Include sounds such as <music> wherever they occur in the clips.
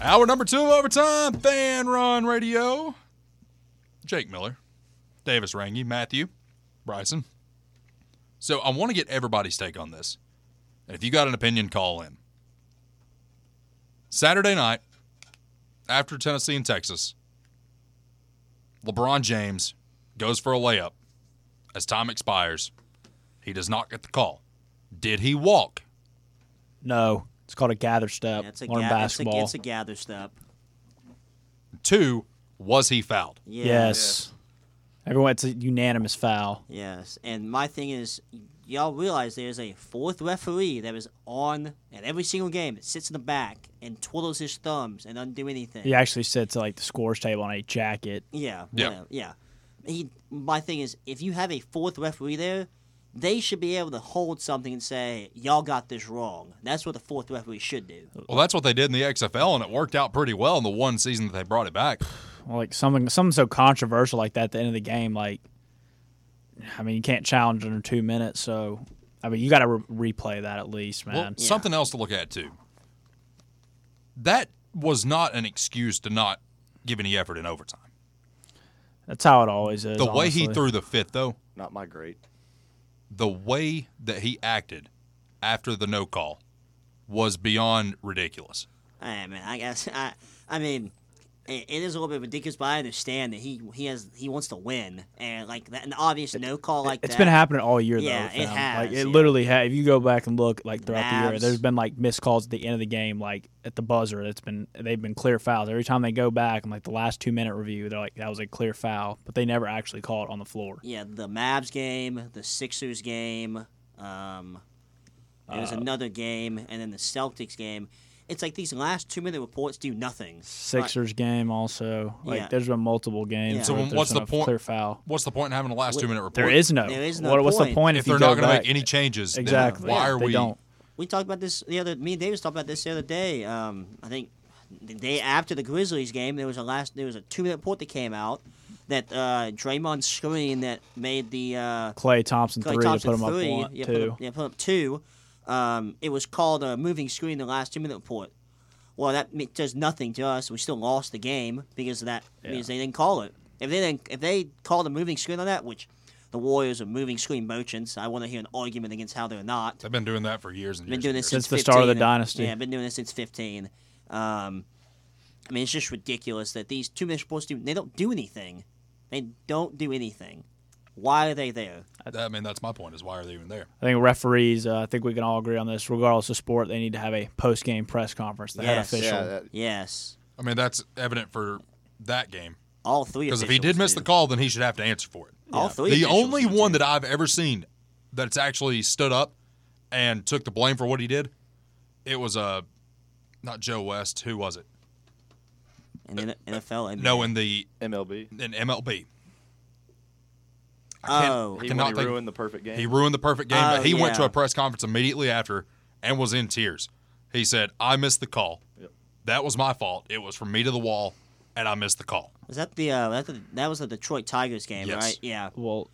Hour number two of overtime, Fan Run Radio. Jake Miller, Davis Rangy, Matthew, Bryson. So I want to get everybody's take on this. And if you got an opinion, call in. Saturday night, after Tennessee and Texas, LeBron James goes for a layup. As time expires, he does not get the call. Did he walk? No, it's called a gather step. That's a, Learn ga- it's, a, basketball. it's a gather step. Two, was he fouled? Yeah. yes. Everyone, it's a unanimous foul. Yes. And my thing is, y'all realize there's a fourth referee that is on at every single game. It sits in the back and twiddles his thumbs and doesn't do anything. He actually sits at like the scores table on a jacket. Yeah. Yeah. whatever, Yeah. He, my thing is, if you have a fourth referee there, they should be able to hold something and say, y'all got this wrong. That's what the fourth referee should do. Well, that's what they did in the XFL, and it worked out pretty well in the one season that they brought it back. Like something, something so controversial like that at the end of the game. Like, I mean, you can't challenge under two minutes. So, I mean, you got to re- replay that at least, Well, <sighs> man. something else to look at too. That was not an excuse to not give any effort in overtime. That's how it always is. The way he honestly. threw the fifth, though, Not my great. the way that he acted after the no call was beyond ridiculous. I mean, I guess I. I mean, it, it is a little bit ridiculous, but I understand that he he has he wants to win and like that an obvious no call like It's that. been happening all year Yeah, though. it fam. has, Like it yeah. literally ha If you go back and look, like throughout the year, Mavs. there's been like missed calls at the end of the game, like at the buzzer. It's been they've been clear fouls every time they go back and like the last two minute review. They're like that was a clear foul, but they never actually call it on the floor. Yeah, the Mavs game, the Sixers game, um, there Uh, was another game, and then the Celtics game. It's like these last two minute reports do nothing. Sixers game also. Like Yeah. there's been multiple games. Yeah. So where then there's what's been the a point- Clear foul. What's the point in having a last two minute report? There is no. There is no What- What's the point. point if, if, they're you not go going to back? make any changes? then Exactly. why are they we? Don't. We talked about this the other. Me and Davis talked about this the other day. Um, I think the day after the Grizzlies game, there was a last there was a two minute report that came out that uh, Draymond screen that made the. Uh, Clay Thompson Clay three Thompson to put him three. up one yeah, Put two. up, yeah, put up two. Um, it was called a moving screen. The last two minute report. Well, that me- does nothing to us. We still lost the game because of that because they didn't call it. If they didn't, if they called a moving screen on that, which the Warriors are moving screen merchants, I want to hear an argument against how they're not. They've been doing that for years and I've been years doing and this years. since, Since the start of the 15. dynasty. Yeah, I've been doing this since 15. Um, I mean, it's just ridiculous that these two minute reports do. They don't do anything. They don't do anything. Why are they there? I mean, that's my point. Is why are they even there? I think referees. Uh, I think we can all agree on this. Regardless of sport, they need to have a post-game press conference. The head Yes. official. Yeah, that, Yes, I mean, that's evident for that game. all three. Because if he did officials miss do. the call, then he should have to answer for it. All three The officials only do, one too. that I've ever seen that's actually stood up and took the blame for what he did, it was uh, not Joe West. Who was it? in the NFL. and No, in the MLB. in MLB. I can't- oh, I He, cannot when he think- ruined the perfect game. He ruined the perfect game, Oh, but he went to yeah. a press conference immediately after and was in tears. He said, "I missed the call. That was my fault. It was from me to the wall, and I missed the call." was that the, uh, that the that was the Detroit Tigers game, Yes. right? Yeah, well,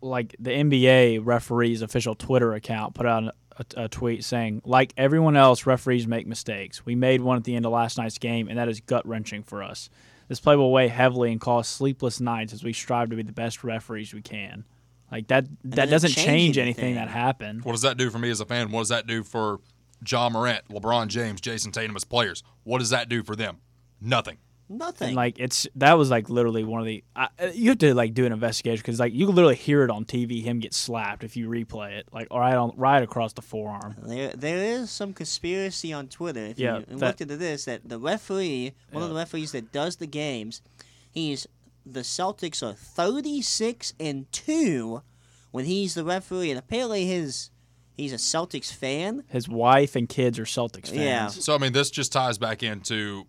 like the NBA referees official Twitter account put out a, a tweet saying, like everyone else, referees make mistakes. We made one at the end of last night's game, and that is gut wrenching for us. This play will weigh heavily and cause sleepless nights as we strive to be the best referees we can. Like that, that doesn't doesn't change change anything. anything. that happened. What does that do for me as a fan? What does that do for John Morant, LeBron James, Jason Tatum as players? What does that do for them? Nothing. nothing. Like it's that was like literally one of the I, uh, you have to like do an investigation because like you can literally hear it on TV him get slapped if you replay it like right on right across the forearm. there, there is some conspiracy on Twitter. If Yeah, you that- looked into this, that the referee, one of the referees that does the games, he's the Celtics are thirty six and two when he's the referee, and apparently his he's a Celtics fan. His wife and kids are Celtics fans. Yeah. So I mean, this just ties back into,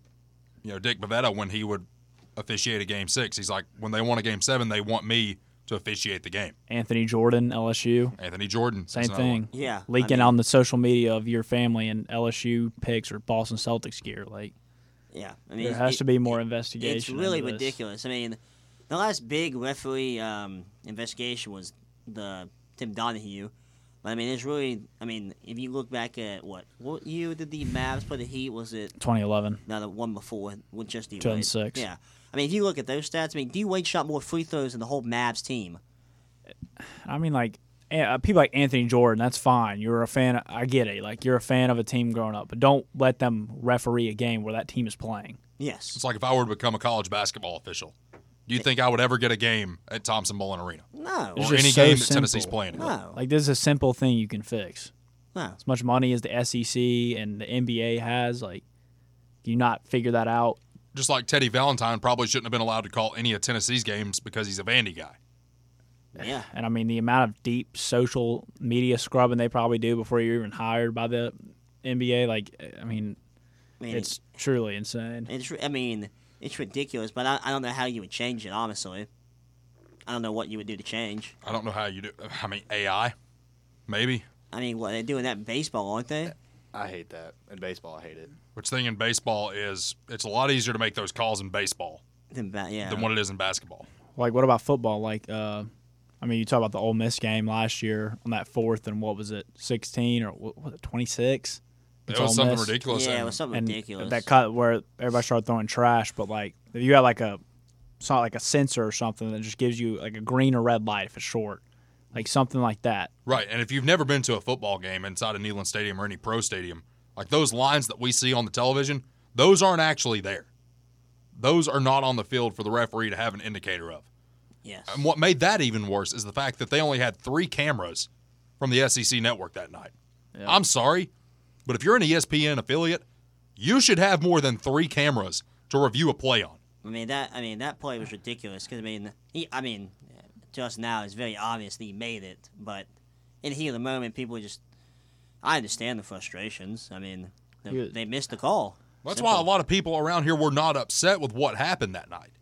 you know, Dick Bavetta when he would officiate a game six. He's like, when they want a game seven, they want me to officiate the game. Anthony Jordan, LSU. Anthony Jordan, that's Same another thing. one. Yeah, I Leaking mean- on the social media of your family and LSU picks or Boston Celtics gear. Like Yeah, I mean there it- has it- to be more investigation. It's really into this. ridiculous. I mean, the last big referee um, investigation was the Tim Donahue. But I mean, it's really. I mean, if you look back at what what year did the Mavs play the Heat? Was it 2011. no the one before with just D Wade? 2006. Yeah. I mean, if you look at those stats, I mean, D Wade shot more free throws than the whole Mavs team. I mean, like eh, uh, people like Anthony Jordan. That's fine. You're a fan. I get it. Like you're a fan of a team growing up, but don't let them referee a game where that team is playing. Yes. It's like if I were to become a college basketball official, do you think I would ever get a game at Thompson Bowling Arena No. or It's just any so game that simple. Tennessee's playing? in? No. Like this is a simple thing you can fix. no. As much money as the SEC and the NBA has, like you not figure that out. Just like Teddy Valentine probably shouldn't have been allowed to call any of Tennessee's games because he's a Vandy guy. Yeah. And I mean the amount of deep social media scrubbing they probably do before you're even hired by the NBA. Like eh, I mean, I mean, it's truly insane. It's, I mean, it's ridiculous, but I, I don't know how you would change it, honestly. I don't know what you would do to change. I don't know how you do. I mean, AI, maybe. I mean, what they're doing that in baseball, aren't they? I hate that. In baseball, I hate it. Which thing in baseball is it's a lot easier to make those calls in baseball Then ba- yeah. than what it is in basketball. Like, what about football? Like, uh, I mean, you talk about the Ole Miss game last year on that fourth and what was it, sixteen or what was it, twenty six? It was something ridiculous. yeah, it and- was something And ridiculous. that cut where everybody started throwing trash, but like if you had like a, it's not like a sensor or something that just gives you like a green or red light if it's short, like something like that. Right. And if you've never been to a football game inside of Neyland Stadium or any pro stadium, like those lines that we see on the television, those aren't actually there. Those are not on the field for the referee to have an indicator of. yes. And what made that even worse is the fact that they only had three cameras from the SEC network that night. I'm sorry, but if you're an E ESPN affiliate, you should have more than three cameras to review a play on. I mean that. I mean that play was ridiculous because I mean, he, I mean, to us now it's very obvious that he made it, but in the heat of the moment, people just. I understand the frustrations. I mean, they, Yeah. they missed the call. That's Simple. why a lot of people around here were not upset with what happened that night.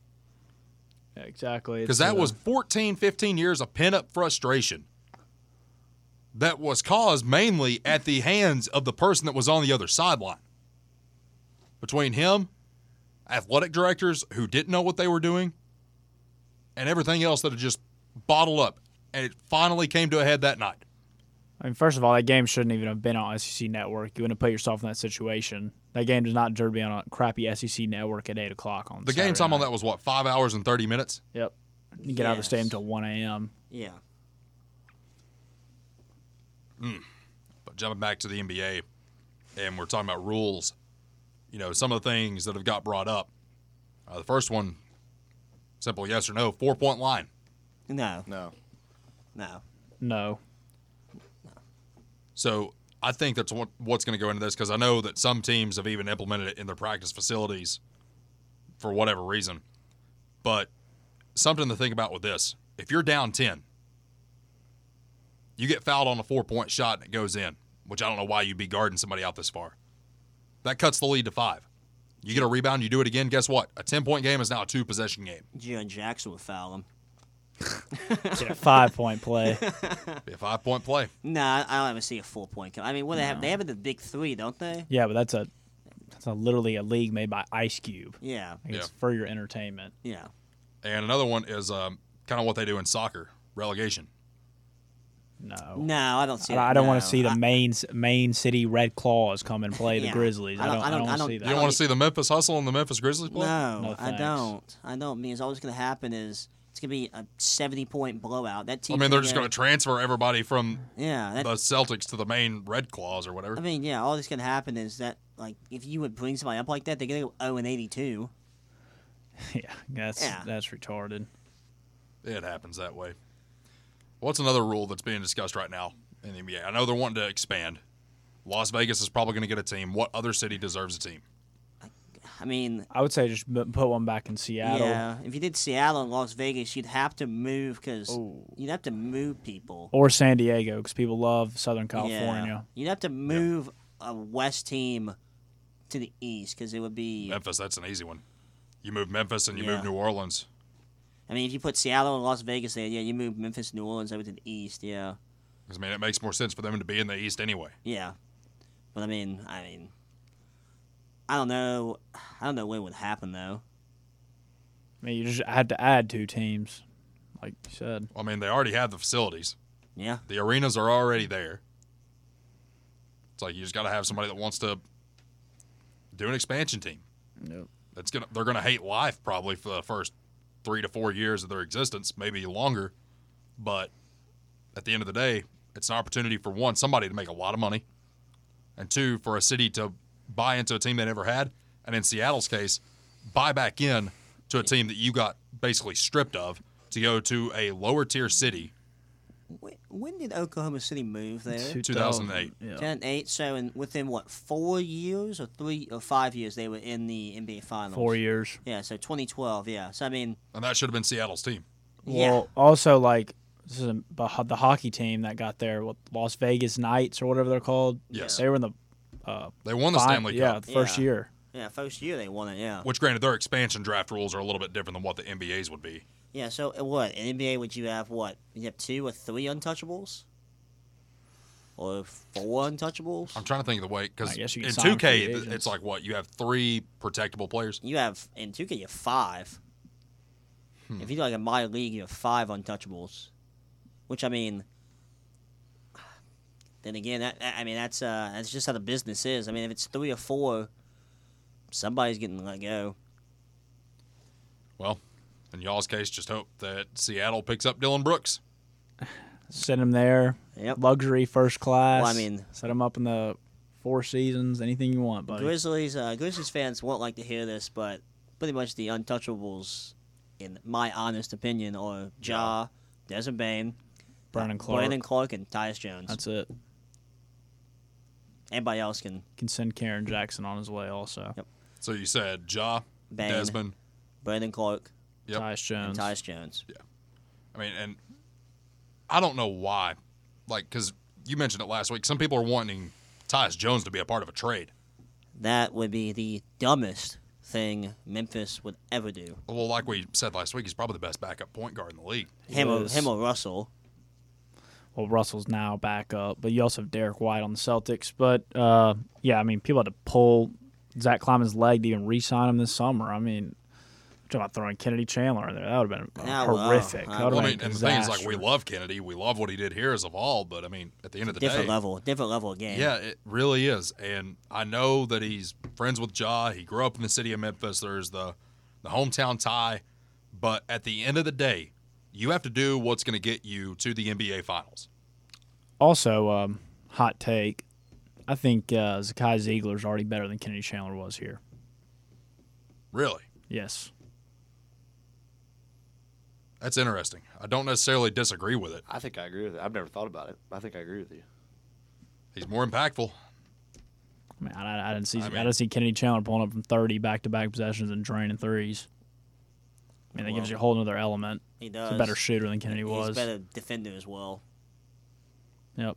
exactly. because uh, that was 14, 15 years of pent up frustration that was caused mainly at the hands of the person that was on the other sideline. Between him, athletic directors who didn't know what they were doing, and everything else that had just bottled up. And it finally came to a head that night. I mean, first of all, that game shouldn't even have been on SEC Network. You wouldn't have put yourself in that situation. That game does not deserve to be on a crappy SEC Network at eight o'clock on The game time on that was what, five hours and 30 minutes? Yep. You get out of the Yes. stadium till one a.m. Yeah. But jumping back to the NBA, and we're talking about rules, you know, some of the things that have got brought up. Uh, the first one, simple yes or no, four point line. No. No. No. No. So I think that's what, what's going to go into this because I know that some teams have even implemented it in their practice facilities for whatever reason. But something to think about with this if you're down 10, you get fouled on a four point shot and it goes in, which I don't know why you'd be guarding somebody out this far. That cuts the lead to five. You get a rebound, you do it again. Guess what? A 10 point game is now a two possession game. Jaron Jackson would foul him. Get a five point play. Be a five point play. No, I I don't ever see a four point. I mean, what they have? They have the big three, don't they? Yeah, but that's a that's a literally a league made by Ice Cube. Yeah. Like, It's Yeah. for your entertainment. Yeah. And another one is um, kind of what they do in soccer relegation. No. No, I don't see. I, that. I don't want No. to see the I- main main city Red Claws come and play the Yeah. Grizzlies. I don't. I don't, want to see You don't that. <laughs> don't want to e- see the Memphis Hustle and the Memphis Grizzlies play? No, No, I thanks. don't. I don't. Because all that's going to happen is it's going to be a seventy-point blowout. That I team. mean, they're just going to transfer everybody from Yeah. the That, Celtics to the main Red Claws or I whatever. mean, yeah. All that's going to happen is that, like, if you would bring somebody up like that, they're going to go zero and eighty-two. yeah, that's Yeah. that's retarded. It happens that way. What's another rule that's being discussed right now in the NBA? I know they're wanting to expand. Las Vegas is probably going to get a team. What other city deserves a team? I mean, I would say just bu- put one back in Seattle. yeah. If you did Seattle and Las Vegas, you'd have to move because Ooh. you'd have to move people. Or San Diego, because people love Southern Oh, California. Yeah. You'd have to move a West team to the East because it would be. Memphis, that's an easy one. You move Memphis and you Yeah. move New Orleans. I mean, if you put Seattle and Las Vegas there, yeah, you move Memphis, New Orleans over to the East, yeah, 'Cause, I mean, it makes more sense for them to be in the East anyway. yeah. But I mean, I mean, I don't know, I don't know what would happen though. I mean, you just had to add two teams, like you said. I mean, they already have the facilities. Yeah. The arenas are already there. It's like you just got to have somebody that wants to do an expansion team. Nope. That's gonna they're gonna hate life probably for the first three to four years of their existence, maybe longer. But at the end of the day, it's an opportunity for one somebody to make a lot of money, and two for a city to buy into a team they never had, and in Seattle's case, buy back in to a team that you got basically stripped of to go to a lower tier city. When, when did Oklahoma City move there? 2008. Yeah. Ten eight. So in within what four years or three or five years they were in the NBA Finals. Four years. Yeah. So 2012. Yeah. So I mean, And that should have been Seattle's team. Yeah. Well, also like this is a, the hockey team that got there, what, Las Vegas Knights or whatever they're called. Yes. they were in the, They won the fi- Stanley yeah, Cup, the first Yeah. year. yeah, first year they won it. Yeah. which granted their expansion draft rules are a little bit different than what the NBA's would be. Yeah. So uh, what in NBA would you have? What you have two or three untouchables, or four untouchables? I'm trying to think of the way because I guess you in can sign 2K free th- agents. it's like what you have three protectable players. You have in 2K you have five. Hmm. If you do like a minor league, you have five untouchables, which I mean. Then again, that that- I mean that's uh that's just how the business is. I mean, if it's three or four, somebody's getting let go. Well, in y'all's case, just hope that Seattle picks up Dylan Brooks. Send them there. Yep. Luxury first class. Well, I mean- set them up in the four seasons. Anything you want, buddy. Grizzlies, uh, Grizzlies fans won't like to hear this, but pretty much the untouchables, in my honest opinion, are Ja, Desmond Bain, Brandon Clark. Brandon Clark, and Tyus Jones. That's it. Anybody else can Can send Karen Jackson on his way also. Yep. So you said Ja, Bane. Desmond. Brandon Clark Yep. Tyus and Jones. Tyus Jones. I mean, and I don't know why, like because you mentioned it last week. Some people are wanting Tyus Jones to be a part of a trade. That would be the dumbest thing Memphis would ever do. Well, like we said last week, he's probably the best backup point guard in the league. Him or, is. him or Russell. Well, Russell's now back up, but you also have Derek White on the Celtics. But uh, yeah, I mean, people had to pull Zach Kleiman's leg to even re-sign him this summer. I mean, talking about throwing Kennedy Chandler in there, that would have been Yeah, Ah, well, horrific. I that would Well, have I been mean, and the thing is, like, disaster. we love Kennedy. We love what he did here as of all, but I mean, at the end of the Different day, level. Different level of game. Yeah, it really is. And I know that he's friends with Ja. He grew up in the city of Memphis. There's the the hometown tie. But at the end of the day, you have to do what's going to get you to the NBA Finals. Also, um, hot take. I think uh, Zakai Ziegler's already better than Kennedy Chandler was here. Really. Yes. That's interesting. I don't necessarily disagree with it. I think I agree with it. I've never thought about it. I think I agree with you. He's more impactful. I mean, I, I didn't see I, I mean- didn't see Kennedy Chandler pulling up from thirty back-to-back possessions and draining threes. I mean, that gives you a whole other element. He He's does. a better shooter than Kennedy He's was. a better defender as well. Yep.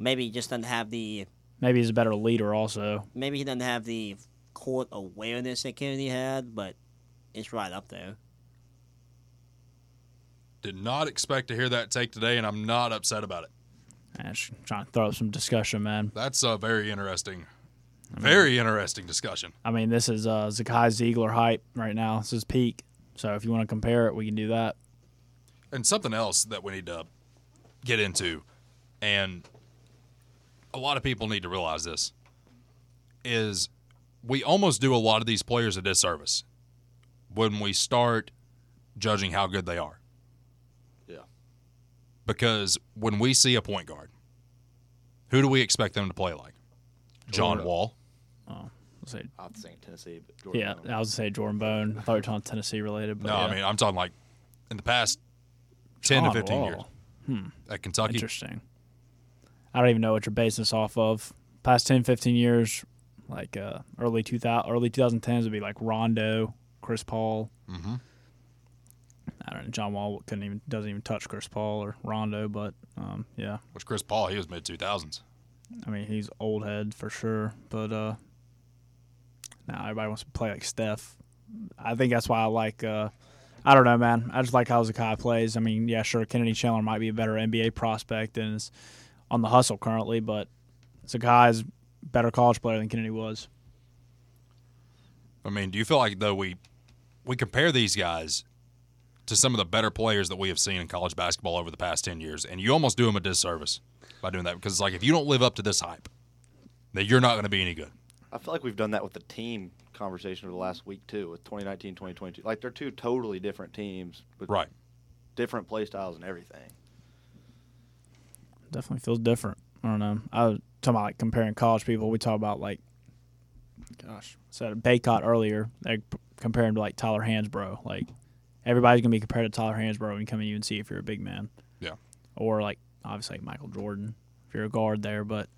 Maybe he just doesn't have the Maybe he's a better leader also. maybe he doesn't have the court awareness that Kennedy had, but it's right up there. Did not expect to hear that take today, and I'm not upset about it. And just trying to throw up some discussion, man. That's a very interesting, very interesting discussion. I mean, this is uh, Zakai Ziegler hype right now. This is peak. So if you want to compare it, we can do that. and something else that we need to get into, and a lot of people need to realize this, is we almost do a lot of these players a disservice when we start judging how good they are. Yeah. Because when we see a point guard, who do we expect them to play like? John Jordan. Wall. Let's say, I was thinking Tennessee, but Jordan yeah, Bone. I was gonna say Jordan Bone. I thought we were talking Tennessee related, but No, yeah. I mean, I'm talking like in the past 10 John to 15 Wall. years at Kentucky. Interesting. I don't even know what you're basing this off of. Past 10, 15 years, like uh, early 2000, early 2010s would be like Rondo, Chris Paul. Mm-hmm. I don't know. John Wall couldn't even doesn't even touch Chris Paul or Rondo, but um, yeah. Which Chris Paul, he was mid 2000s. I mean, he's old head for sure, but uh, now everybody wants to play like Steph. I think that's why I like. Uh, I don't know, man. I just like how Zakai plays. I mean, yeah, sure, Kennedy Chandler might be a better NBA prospect and is on the hustle currently, but Zakai's a better college player than Kennedy was. I mean, do you feel like though we we compare these guys to to some of the better players that we have seen in college basketball over the past 10 years. And you almost do them a disservice by doing that because, like, if you don't live up to this hype, then you're not going to be any good. I feel like we've done that with the team conversation over the last week too, with 2019, 2022. Like they're two totally different teams, but Right. different play styles and everything. Definitely feels different. I don't know. I was talking about like comparing college people. We talk about like, gosh, said Baycott earlier. They p- compare him to like Tyler Hansbrough. Like everybody's gonna be compared to Tyler Hansbrough when you come to UNC if you're a big man, Yeah. or like obviously like Michael Jordan if you're a guard there. But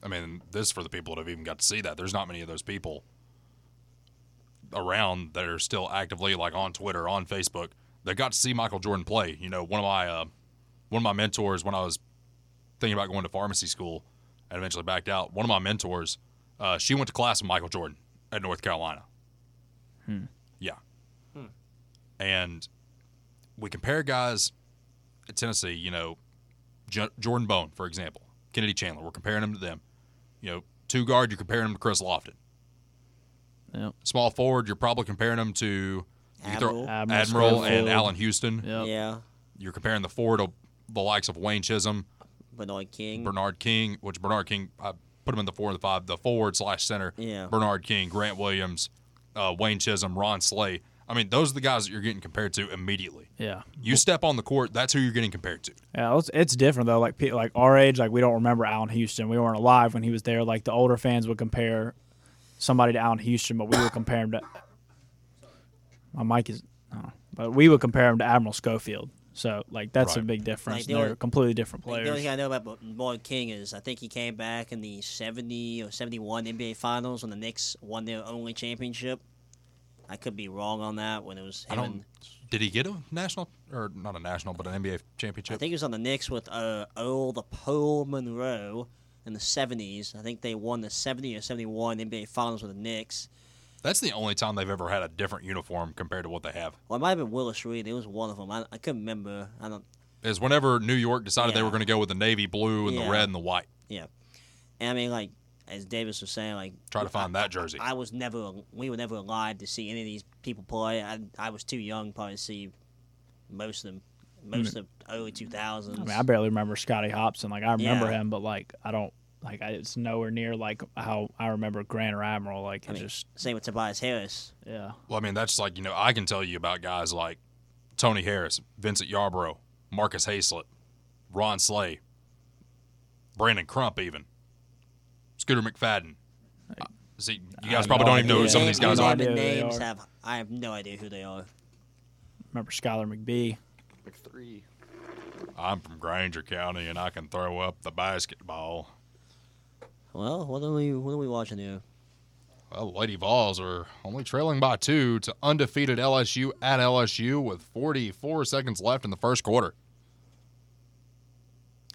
I mean, this is for the people that have even got to see that. There's not many of those people around that are still actively like on Twitter, on Facebook. That got to see Michael Jordan play. You know, one of my uh, one of my mentors when I was thinking about going to pharmacy school and eventually backed out. One of my mentors, uh, she went to class with Michael Jordan at North Carolina. Hmm. Yeah. And we compare guys at Tennessee. You know, J- Jordan Bone, for example, Kennedy Chandler. We're comparing him to them. You know, two guard, you're comparing him to Chris Lofton. Yep. Small forward, you're probably comparing him to you throw- Admiral. Admiral Admiral, and Schofield. Allen Houston. yeah, Yeah, You're comparing the four to the likes of Wayne Chisholm, Bernard King. Bernard King, which Bernard King, I put him in the four and the five, the forward slash center. Yeah. Bernard King, Grant Williams, uh, Wayne Chisholm, Ron Slay. I mean, those are the guys that you're getting compared to immediately. yeah. You step on the court, that's who you're getting compared to. Yeah, it's, it's different though. Like pe- like our age, like we don't remember Allen Houston. We weren't alive when he was there. Like the older fans would compare somebody to Allen Houston, but we would compare him to my mic is, oh, but we would compare him to Admiral Schofield. So like that's a Right. big difference. Like, the They're only- completely different Like, players. The only thing I know about Bernard King is I think he came back in the 70 or 71 NBA Finals when the Knicks won their only championship. I could be wrong on that when it was him. I and- don't. Did he get a national or not a national, but an NBA championship? I think he was on the Knicks with uh, Earl the Pearl Monroe in the 70s. I think they won the 70 or 71 NBA Finals with the Knicks. That's the only time they've ever had a different uniform compared to what they have. Or it might have been Willis Reed. It was one of them. I, I couldn't remember. I don't. Is whenever New York decided they Yeah. were going to go with the navy blue and the Yeah. red and the white. Yeah. And I mean, like, as Davis was saying, like, Try to find that jersey. I was never, we were never allowed to see any of these people play. I, I was too young probably to see most of them, most of early 2000s. Mm-hmm. I mean, I barely remember Scotty Hobson. Like I remember Yeah. him, but like I don't like I, it's nowhere near like how I remember Grant or Admiral. Like it mean- just Same with Tobias Harris. yeah. Well, I mean, that's like, you know, I can tell you about guys like Tony Harris, Vincent Yarbrough, Marcus Haslett, Ron Slay, Brandon Crump, even Scooter McFadden. Uh, See, you guys have probably no don't even know who idea. some of these I have guys no are. idea Their who they names are. have, I have no idea who they are. Remember Skylar McBee. Like three. I'm from Granger County and I can throw up the basketball. Well, what are we, what are we watching here? Well, the Lady Vols are only trailing by two to undefeated LSU at LSU with 44 seconds left in the first quarter.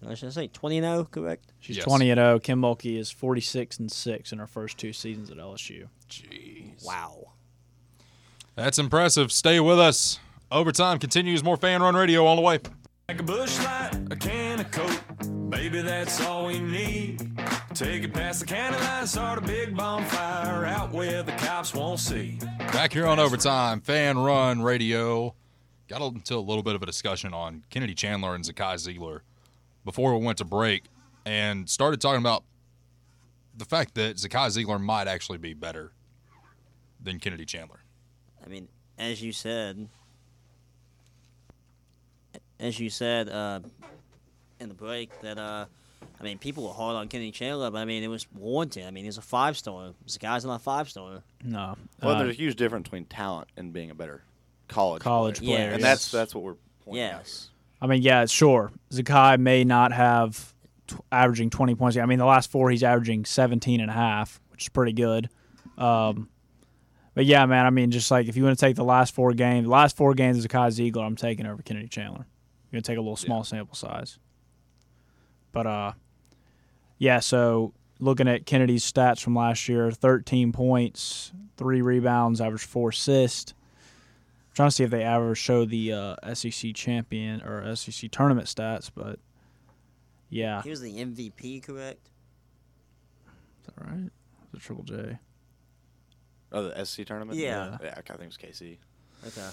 I should say 20 and 0, correct? She's Yes. 20 and 0. Kim Mulkey is 46 and 6 in her first two seasons at LSU. Jeez. Wow. That's impressive. Stay with us. Overtime continues. More fan run radio on the way. Like a bush light, a can of coke. Baby, that's all we need. Take it past the county line, start a big bonfire out where the cops won't see. Back here on Overtime, Fan Run Radio. Got into a little bit of a discussion on Kennedy Chandler and Zakai Ziegler before we went to break and started talking about the fact that Zakai Ziegler might actually be better than Kennedy Chandler. I mean, as you said, as you said uh, in the break, that uh, I mean, people were hard on Kenny Chandler, but I mean, it was warranted. I mean, he's a five star. This guy's not a five star. No. Well, Uh, there's a huge difference between talent and being a better college College player. player, and yes. that's that's what we're pointing at. Yes. I mean, yeah, sure. Zakai may not have t- averaging 20 points. I mean, the last four, he's averaging 17 and a half, which is pretty good. Um, but yeah, man, I mean, just like if you want to take the last four games, the last four games of Zakai Ziegler, I'm taking over Kennedy Chandler. You're going to take a little small sample size. But uh, yeah, so looking at Kennedy's stats from last year 13 points, three rebounds, averaged four assists. trying to see if they ever show the uh, SEC champion or SEC tournament stats, but yeah. He was the MVP, correct? Is that right? Is it Triple J? Oh, the SC tournament. Yeah. yeah. I think it was KC. Okay.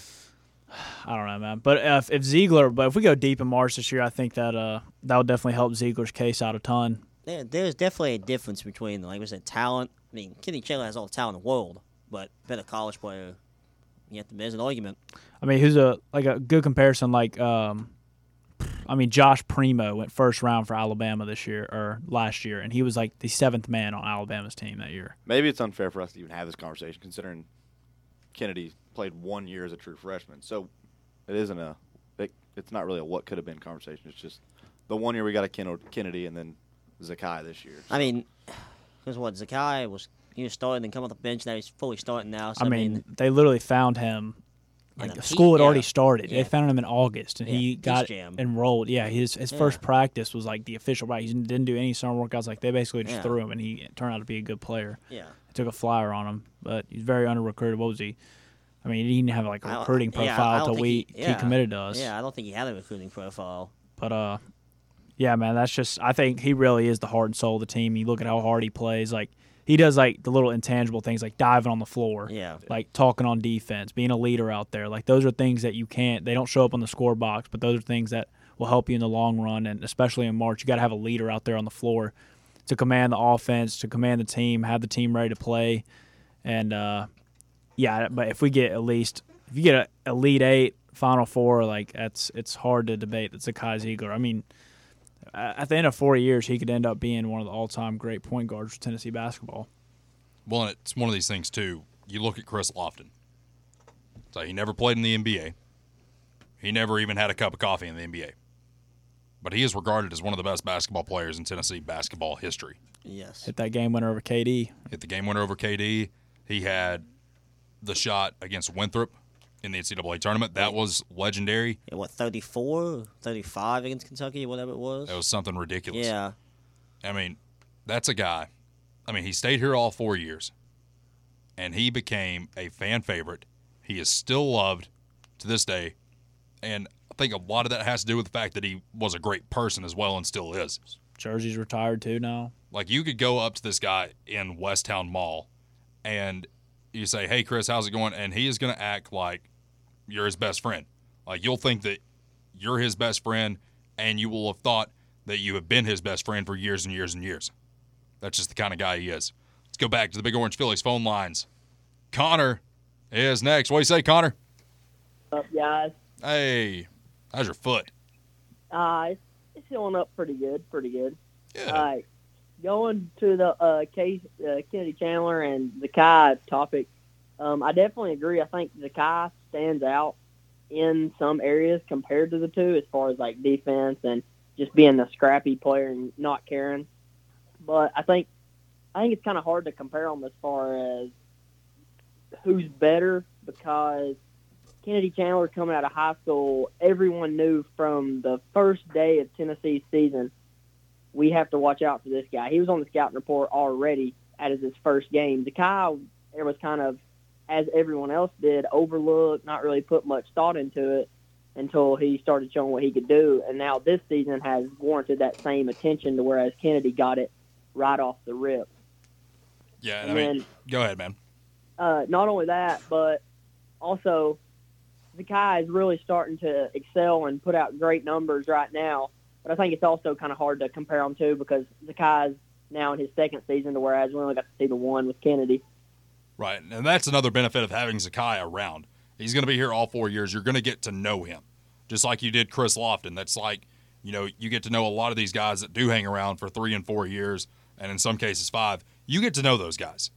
I don't know, man. But if, if Ziegler, but if we go deep in March this year, I think that uh that will definitely help Ziegler's case out a ton. There, there's definitely a difference between, like I said, talent. I mean, Kenny Chandler has all the talent in the world, but better college player. You have to, there's an argument. I mean, who's a like a good comparison? Like, um, I mean, Josh Primo went first round for Alabama this year or last year, and he was like the seventh man on Alabama's team that year. Maybe it's unfair for us to even have this conversation, considering Kennedy played one year as a true freshman. So it isn't a. It, it's not really a what could have been conversation. It's just the one year we got a Ken- Kennedy and then Zakai this year. I mean, because what Zakai was, he was starting and come off the bench. Now he's fully starting now. So, I mean, they literally found him. Like In the a school had heat, already yeah. started. They Yeah. found him in August, and he Yeah, got Peace Jam. enrolled. Yeah, his his first practice was like the official practice. He didn't do any summer workouts. Like they basically just Yeah. threw him, and he turned out to be a good player. yeah. They took a flyer on him, but he's very under recruited. What was he? I mean, he didn't have like I a don't- recruiting yeah, I profile don't till think we he, yeah. committed to us. Yeah, I don't think he had a recruiting profile. But uh, yeah, man, that's just I think he really is the heart and soul of the team. You look at how hard he plays. Like he does like the little intangible things, like diving on the floor. Yeah. Like talking on defense, being a leader out there. Like those are things that you can't. They don't show up on the score box, but those are things that will help you in the long run, and especially in March, you got to have a leader out there on the floor to command the offense, to command the team, have the team ready to play, and uh, yeah. But if we get at least if you get a elite eight, final four, like that's it's hard to debate. That's a Kai Ziegler. I mean, a- at the end of four years, he could end up being one of the all-time great point guards for Tennessee basketball. Well, and it's one of these things too. You look at Chris Lofton. So he never played in the NBA. He never even had a cup of coffee in the NBA. But he is regarded as one of the best basketball players in Tennessee basketball history. Yes. Hit that game winner over KD. Hit the game winner over KD. He had the shot against Winthrop in the NCAA tournament. That was legendary. Yeah, what, 34, 35 against Kentucky, whatever it was? That was something ridiculous. yeah. I mean, that's a guy. I mean, he stayed here all four years, and he became a fan favorite. He is still loved to this day, and I think a lot of that has to do with the fact that he was a great person as well, and still is. Jersey's retired too now. Like you could go up to this guy in Westtown Mall, and you say, "Hey, Chris, how's it going?" And he is going to act like you're his best friend. Like you'll think that you're his best friend, and you will have thought that you have been his best friend for years and years and years. That's just the kind of guy he is. Let's go back to the Big Orange Phillies phone lines. Connor is next. What do you say, Connor? up, guys. Hey, how's your foot? Uh, it's, it's going up pretty good, pretty good. Yeah, All right. Going to the uh, case, uh, Kennedy Chandler and Zakai topic, um, I definitely agree. I think Zakai stands out in some areas compared to the two as far as like defense and just being the scrappy player and not caring. But I think I think it's kind of hard to compare them as far as who's better because Kennedy Chandler coming out of high school, everyone knew from the first day of Tennessee's season we have to watch out for this guy. He was on the scouting report already at his first game. The guy there was kind of, as everyone else did, overlooked, not really put much thought into it until he started showing what he could do. And now this season has warranted that same attention to whereas Kennedy got it right off the rip. yeah. I and mean, then- go ahead, man. uh, not only that, but also the guy is really starting to excel and put out great numbers right now. But I think it's also kind of hard to compare them to because the guy's now in his second season, to whereas we only got to see the one with Kennedy. Right. And that's another benefit of having Zakai around. He's going to be here all four years. You're going to get to know him, just like you did Chris Lofton. That's like, you know, you get to know a lot of these guys that do hang around for three and four years, and in some cases, five. You get to know those guys.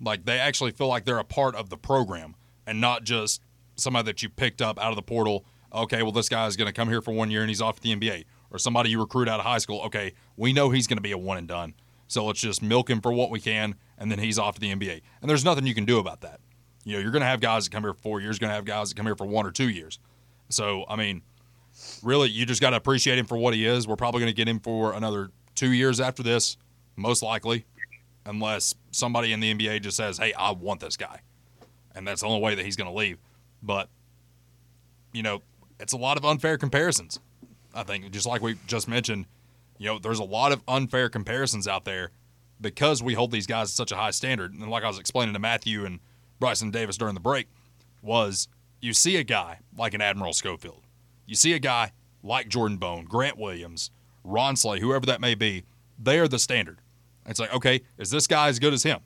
Like, they actually feel like they're a part of the program and not just somebody that you picked up out of the portal. Okay, well, this guy's going to come here for one year and he's off to the NBA. Or somebody you recruit out of high school. Okay, we know he's going to be a one and done. So let's just milk him for what we can, and then he's off to the NBA. And there's nothing you can do about that. You know, you're going to have guys that come here for four years, going to have guys that come here for one or two years. So, I mean, really, you just got to appreciate him for what he is. We're probably going to get him for another two years after this, most likely, unless somebody in the NBA just says, hey, I want this guy. And that's the only way that he's going to leave. But, you know, it's a lot of unfair comparisons, I think. Just like we just mentioned, you know, there's a lot of unfair comparisons out there because we hold these guys to such a high standard. And like I was explaining to Matthew and Bryson Davis during the break, was you see a guy like an Admiral Schofield, you see a guy like Jordan Bone, Grant Williams, Ron Slay, whoever that may be, they are the standard. It's like, okay, is this guy as good as him?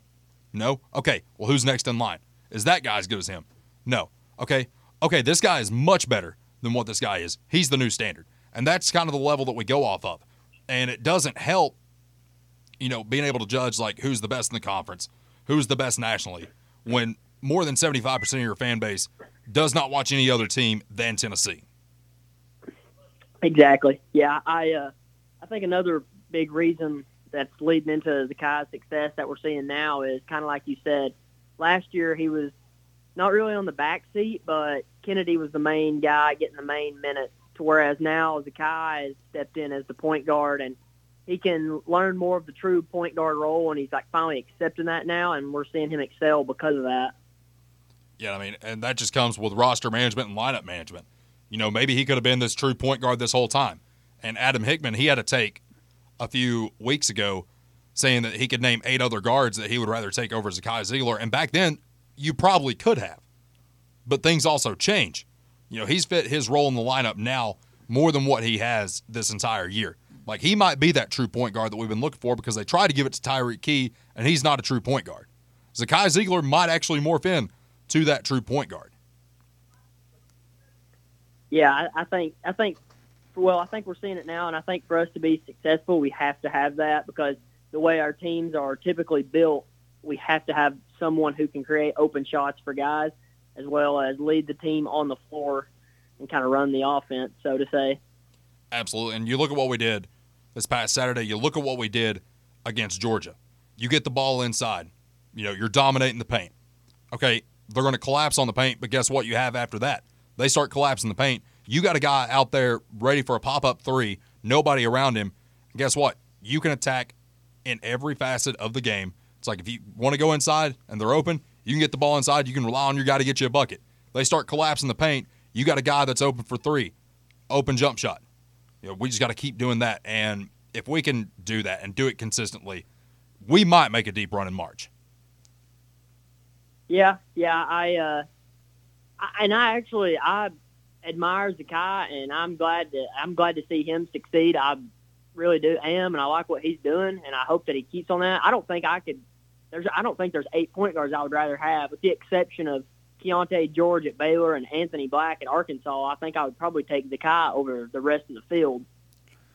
No. Okay, well, who's next in line? Is that guy as good as him? No. Okay, okay, this guy is much better than what this guy is. He's the new standard. And that's kind of the level that we go off of. And it doesn't help, you know, being able to judge like who's the best in the conference, who's the best nationally, when more than 75% of your fan base does not watch any other team than Tennessee. Exactly. Yeah, I uh, I think another big reason that's leading into the Kai's success that we're seeing now is kind of like you said. Last year he was not really on the back seat, but Kennedy was the main guy getting the main minutes. To whereas now Zakai has stepped in as the point guard and he can learn more of the true point guard role, and he's like finally accepting that now, and we're seeing him excel because of that. Yeah, I mean, and that just comes with roster management and lineup management. You know, maybe he could have been this true point guard this whole time. And Adam Hickman, he had a take a few weeks ago saying that he could name eight other guards that he would rather take over Zakai Ziegler. And back then, you probably could have. But things also change. You know, he's fit his role in the lineup now more than what he has this entire year. Like, he might be that true point guard that we've been looking for because they tried to give it to Tyreek Key, and he's not a true point guard. Zakai Ziegler might actually morph in to that true point guard. Yeah, I, I think I think well, I think we're seeing it now, and I think for us to be successful, we have to have that because the way our teams are typically built, we have to have someone who can create open shots for guys as well as lead the team on the floor and kind of run the offense, so to say. Absolutely. And you look at what we did this past Saturday, you look at what we did against Georgia. You get the ball inside, you know, you're dominating the paint. Okay, they're going to collapse on the paint, but guess what you have after that? They start collapsing the paint. You got a guy out there ready for a pop up three, nobody around him. And guess what? You can attack in every facet of the game. It's like if you want to go inside and they're open, you can get the ball inside. You can rely on your guy to get you a bucket. They start collapsing the paint. You got a guy that's open for three, open jump shot. You know, we just got to keep doing that. And if we can do that and do it consistently, we might make a deep run in March. Yeah, yeah. I, uh, I and I actually I admire Zakai, and I'm glad to I'm glad to see him succeed. I really do am, and I like what he's doing, and I hope that he keeps on that. I don't think I could. There's I don't think there's eight point guards I would rather have, with the exception of Keontae George at Baylor and Anthony Black at Arkansas. I think I would probably take Zakai over the rest of the field.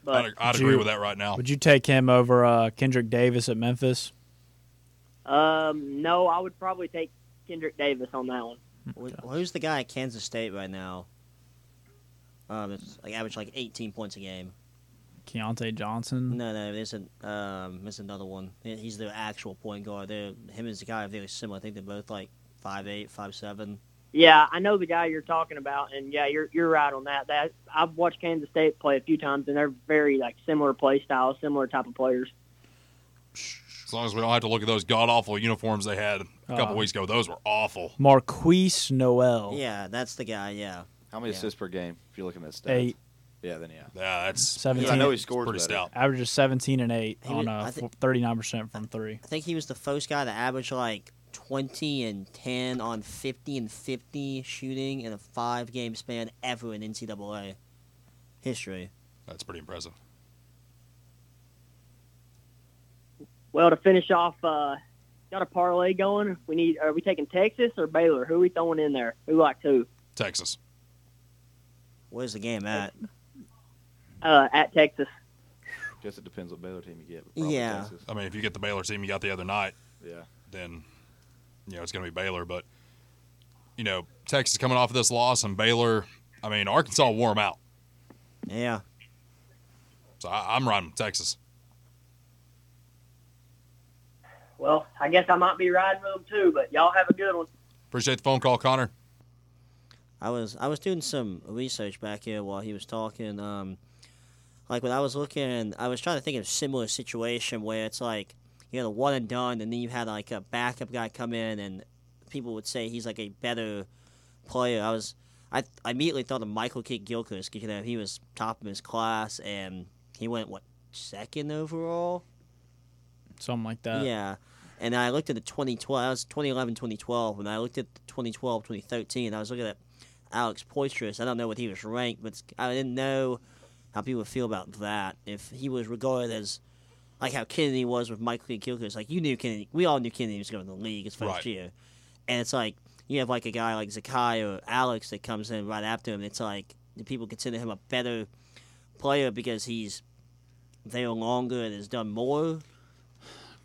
But I'd, I'd Would agree you- with that right Oh. now. Would you take him over uh, Kendrick Davis at Memphis? um, no, I would probably take Kendrick Davis on that one. Wh- Who's the guy at Kansas State right now? Um, it's like average like 18 points a game. Keontae Johnson. No, no, there's an um, there's another one. He- He's their actual point guard. They're, him and Zakai are very similar. I think they're both like five eight, five seven. Yeah, I know the guy you're talking about, and yeah, you're you're right on that. That I've watched Kansas State play a few times, and they're very like similar play styles, similar type of players. As long as we don't have to look at those god awful uniforms they had a couple Uh, weeks ago, those were awful. Marquise Noel. Yeah, that's the guy. Yeah. How many Yeah. assists per game? If you're looking at stats. Eight. Yeah, then yeah. Yeah, that's 'Cause Seventeen. I know he he's scores pretty better. stout. averages seventeen and eight He was- on I a thi- thirty nine percent from three. I think he was the first guy to average like 20 and 10 on 50 and 50 shooting in a five game span ever in NCAA history. That's pretty impressive. Well, to finish off, uh, got a parlay going. We need. Are we taking Texas or Baylor? Who are we throwing in there? Who like who? Texas. Where's the game at? Uh, at Texas. Guess it depends what Baylor team you get. but probably Yeah. Texas. I mean, if you get the Baylor team you got the other night, Yeah. then you know it's going to be Baylor. But you know, Texas coming off of this loss, and Baylor. I mean, Arkansas wore 'em out, Yeah. so I, I'm riding with Texas. Well, I guess I might be riding with them too, but y'all have a good one. Appreciate the phone call, Connor. I was I was doing some research back here while he was talking. Um, like when I was looking, I was trying to think of a similar situation where it's like you know the one and done, and then you had like a backup guy come in, and people would say he's like a better player. I was I, I immediately thought of Michael Kidd Gilchrist because you know he was top of his class and he went what second overall. Something like that. Yeah. And I looked at the 2012, that was 2011, 2012. When I looked at the 2012, 2013, I was looking at Alex Poitras. I don't know what he was ranked, but I didn't know how people would feel about that. If he was regarded as like how Kennedy was with Michael Kilkis, like you knew Kennedy, we all knew Kennedy was going to the league his first Right. year, and it's like you have like a guy like Zakai or Alex that comes in right after him. It's like the people consider him a better player because he's there longer and has done more.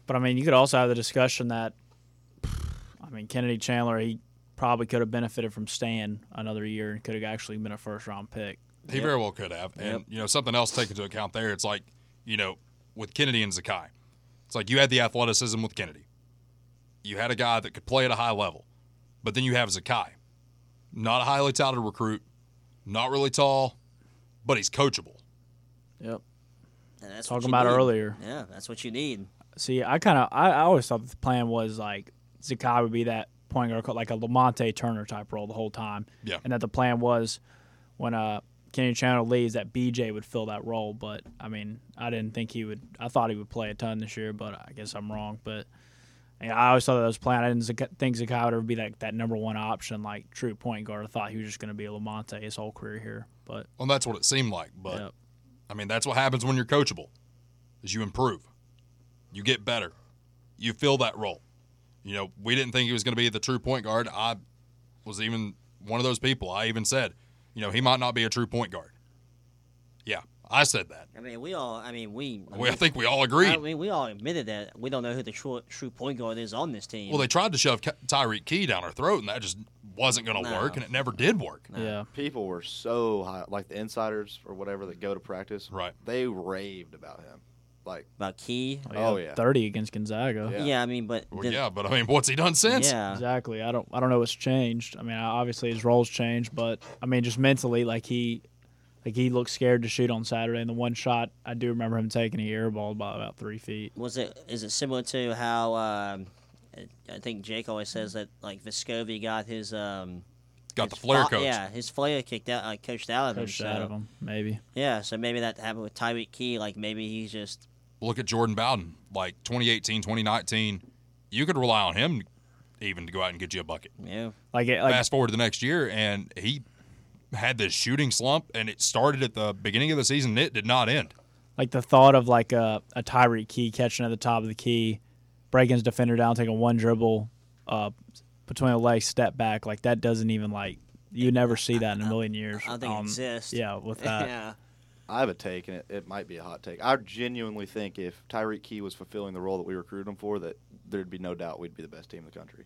But I mean, you could also have the discussion that, I mean, Kennedy Chandler, he probably could have benefited from Stan another year and could have actually been a first round pick. He very well could have. And, you know, something else to take into account there, it's like, you know, with Kennedy and Zakai, it's like you had the athleticism with Kennedy. You had a guy that could play at a high level, but then you have Zakai. Not a highly touted recruit, not really tall, but he's coachable. Yep. And that's what Talking you about need. earlier. Yeah, that's what you need. See, I kind of, I, I always thought the plan was like Zakai would be that point guard, like a Lamonte Turner type role the whole time. Yeah. And that the plan was when uh, Kennedy Chandler leaves, that BJ would fill that role. But I mean, I didn't think he would, I thought he would play a ton this year, but I guess I'm wrong. But yeah, I always thought that was planned. I didn't Zak- think Zakai would ever be like that number one option, like true point guard. I thought he was just going to be a Lamonte his whole career here. But Well, that's what it seemed like. But, Yep. I mean, that's what happens when you're coachable is you improve. You get better. You fill that role. You know, we didn't think he was going to be the true point guard. I was even one of those people. I even said, you know, he might not be a true point guard. Yeah, I said that. I mean, we all. I mean, we. We, I think we all I agreed. mean, we all admitted that we don't know who the true, true point guard is on this team. Well, they tried to shove Ky- Tyreek Key down our throat, and that just wasn't going to No. work, and it never did work. yeah. People were so high, like the insiders or whatever that go to practice. Right. They raved about him. Like, about Key. oh yeah, 30 against Gonzaga. Yeah. Yeah. I mean, but Well, then- yeah, but I mean, what's he done since? yeah. Exactly. I don't. I don't know what's changed. I mean, I- obviously his role's changed, but I mean, just mentally, like he, like he looked scared to shoot on Saturday. And the one shot I do remember him taking, he airballed by about three feet. Was it? Is it similar to how? Um, I think Jake always says that like Vescovi got his um Got the his flair fa- coach. Yeah, his flair kicked out, like coached out of Coached him. out so- of him, maybe. Yeah, so maybe that happened with Tyreek Key. Like maybe he's just look at Jordan Bowden, like 2018, 2019. You could rely on him even to go out and get you a bucket. you know Like, it, like Fast forward to the next year, and he had this shooting slump, and it started at the beginning of the season. and It did not end. like the thought of like a, a Tyreek Key catching at the top of the key, breaking his defender down, taking one dribble, uh, between the legs, step back, like that doesn't even like you never see that in a million years. I don't think it exists. Um, <laughs> Yeah, uh, with that. yeah. I have a take, and it, it might be a hot take. I genuinely think if Tyreek Key was fulfilling the role that we recruited him for, that there'd be no doubt we'd be the best team in the country.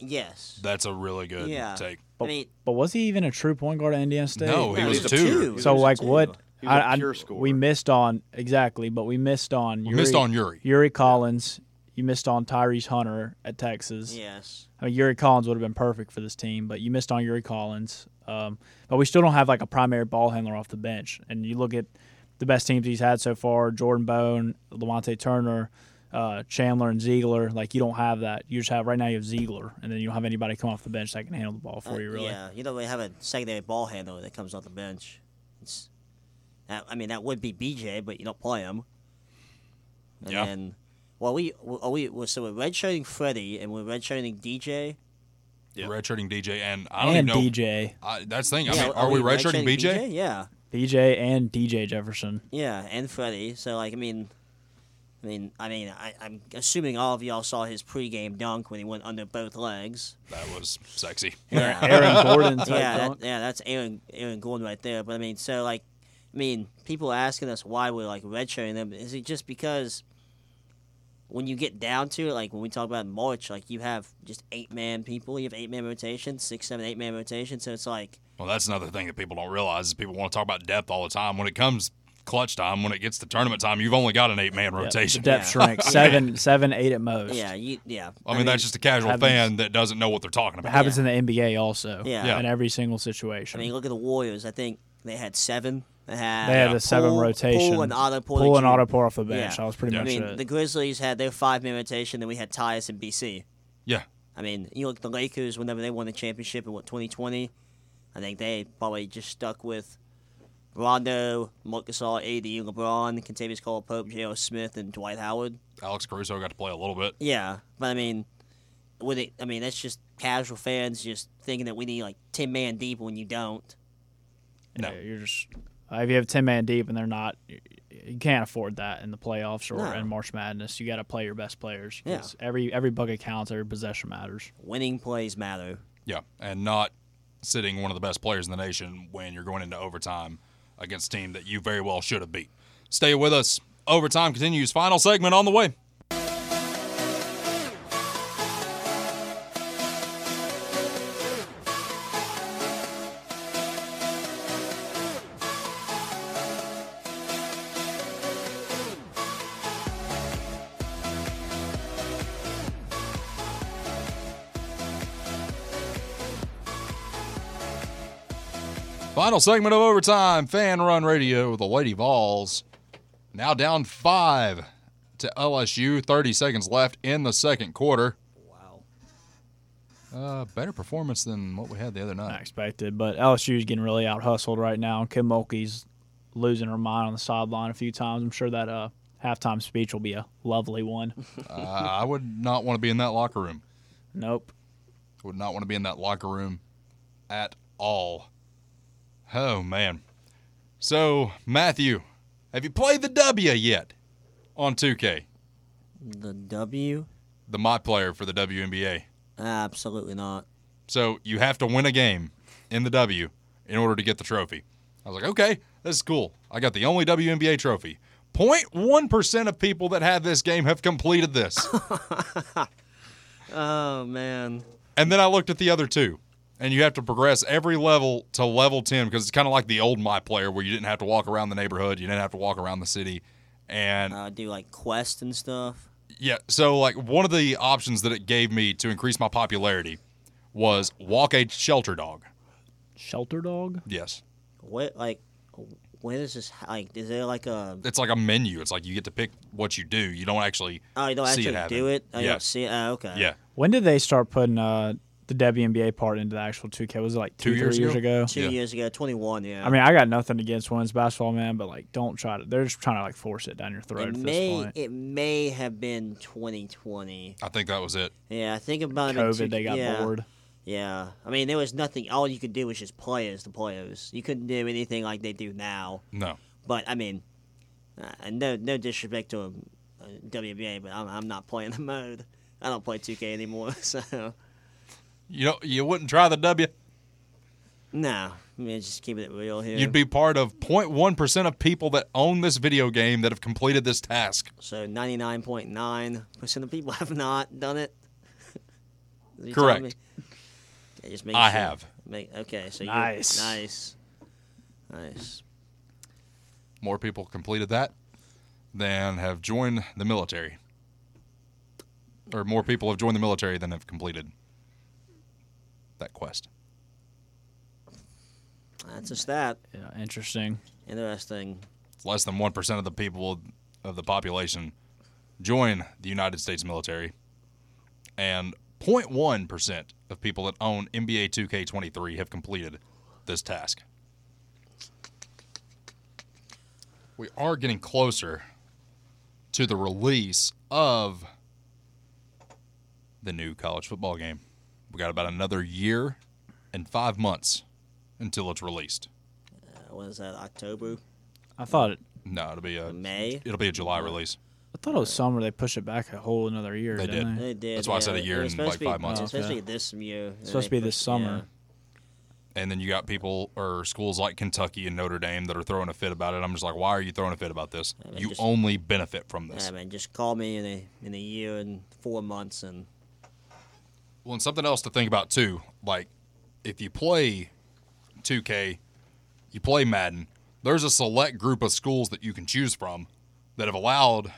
Yes. That's a really good yeah. take. I mean, But was he even a true point guard at Indiana State? No, he No, was he's a a two. two. So He was a like two. what? He was a pure scorer. We missed on exactly, but we missed on. We Yuri, missed on Yuri. Yuri Collins. You missed on Tyrese Hunter at Texas. Yes. I mean, Yuri Collins would have been perfect for this team, but you missed on Yuri Collins. Um, but we still don't have like a primary ball handler off the bench. And you look at the best teams he's had so far: Jordan Bone, Lamonte Turner, uh, Chandler, and Ziegler. Like you don't have that. You just have right now. You have Ziegler, and then you don't have anybody come off the bench that can handle the ball for Uh, you. Really, Yeah, you don't really have a secondary ball handler that comes off the bench. It's, that, I mean, that would be BJ, but you don't play him. And Yeah. Then, well, we are we well, so we're redshirting Freddie and we're redshirting DJ. Redshirting DJ, and I don't and even know. DJ, I, that's the thing. I Yeah, mean, are, we redshirting BJ? Yeah, DJ, and DJ Jefferson. yeah, and Freddie. So like, I mean, I mean, I mean, I, I'm assuming all of y'all saw his pregame dunk when he went under both legs. That was sexy. <laughs> Yeah. Aaron <laughs> Gordon type yeah, dunk. that, yeah, that's Aaron Aaron Gordon right there. But I mean, so like, I mean, people are asking us why we're like redshirting them. Is it just because when you get down to it, like when we talk about March, like you have just eight man people, you have eight man rotation, six, seven, eight man rotation. So it's like, Well, that's another thing that people don't realize is people want to talk about depth all the time. When it comes clutch time, when it gets to tournament time, you've only got an eight man Yeah, rotation. The depth Yeah. shrink seven, seven, eight at most. yeah, you, yeah. I, mean, that's just a casual happens- fan that doesn't know what they're talking It about. happens in the NBA also. Yeah. Yeah. In every single I situation. mean, look at the Warriors. I think they had seven. They had they had yeah. a seven Pull- rotation. pull and auto pull Pull the and key. auto pull off the bench. That was pretty Yeah. I much mean, it. the Grizzlies had their five man rotation. Then we had Tyus and BC. Yeah. I mean, you look at the Lakers whenever they won the championship in what 2020. I think they probably just stuck with Rondo, Marcus All, AD, LeBron, Contavious Cole Pope, J.R. Smith, and Dwight Howard. Alex Caruso got to play a little bit. Yeah, but I mean, with it, I mean, that's just casual fans just thinking that we need like ten man deep when you don't. No. Yeah, you're just uh, if you have ten man deep and they're not, you, you can't afford that in the playoffs or No. in March Madness. You got to play your best players. Yeah. 'cause Every every bucket counts. Every possession matters. Winning plays matter. Yeah, and not sitting one of the best players in the nation when you're going into overtime against a team that you very well should have beat. Stay with us. Overtime continues. Final segment on the way. Final segment of overtime. Fan Run Radio. The Lady Vols now down five to LSU. Thirty seconds left in the second quarter. Wow. Uh, better performance than what we had the other I night. expected, but LSU's getting really out hustled right now. Kim Mulkey's losing her mind on the sideline a few times. I'm sure that uh, halftime speech will be a lovely one. Uh, I would not want to be in that locker room. nope. Would not want to be in that locker room at all. Oh, man. So, Matthew, have you played the W yet on 2K? The W? The my player for the WNBA. Absolutely not. So, you have to win a game in the W in order to get the trophy. I was like, okay, this is cool. I got the only WNBA trophy. 0.1% of people that have this game have completed this. Oh man. And then I looked at the other two, and you have to progress every level to level 10 because it's kind of like the old My Player where you didn't have to walk around the neighborhood, you didn't have to walk around the city. And I Uh, do like quest and stuff. yeah, so like one of the options that it gave me to increase my popularity was walk a shelter dog. Shelter dog. Yes. What like where is this like is there like a It's like a menu. It's like you get to pick what you do. You don't actually oh you don't see actually it happen. do it? Oh, you yeah. don't see it? Oh, okay. Yeah. When did they start putting uh, the WNBA part into the actual 2K? Was it like two, Two years three years ago? Two Yeah. years ago, twenty one, yeah. I mean, I got nothing against women's basketball, man, but like, don't try to. They're just trying to like force it down your throat it at this may point. it may have been twenty twenty. I think that was it. Yeah, I think about it. in two- COVID, they got yeah, bored. Yeah, I mean there was nothing. All you could do was just play as the players. You couldn't do anything like they do now. No. But I mean, uh, no no disrespect to um, uh, WBA, but I'm, I'm not playing the mode. I don't play 2K anymore, <laughs> so You know, you wouldn't try the W. no. I mean, just keeping it real here. You'd be part of 0.1% of people that own this video game that have completed this task. so 99.9 percent of people <laughs> have not done it. You telling Correct. me? Okay, just make I sure. have. Make, okay, so you Nice. nice, nice. more people completed that than have joined the military. Or more people have joined the military than have completed that quest. That's a stat. Yeah, interesting. Interesting. It's less than 1% of the people of the population join the United States military. And 0.1% of people that own NBA 2K23 have completed this task. We are getting closer to the release of the new college football game. We got about another year and five months until it's released. Uh, what is that? October, I thought it. No, it'll be a May. it'll be a July release. I thought it was summer. They pushed it back a whole another year. They didn't did. They? They did. That's why I said a yeah. year It was and, like, supposed to be- five months. It's supposed to Okay. be this year. It's supposed to be this summer. And then you got people or schools like Kentucky and Notre Dame that are throwing a fit about it. I'm just like, why are you throwing a fit about this? mean, You just- only benefit from Yeah. this. yeah, man. Just call me in a in a year and four months, and Well, and something else to think about too, like if you play 2K, you play Madden, there's a select group of schools that you can choose from that have allowed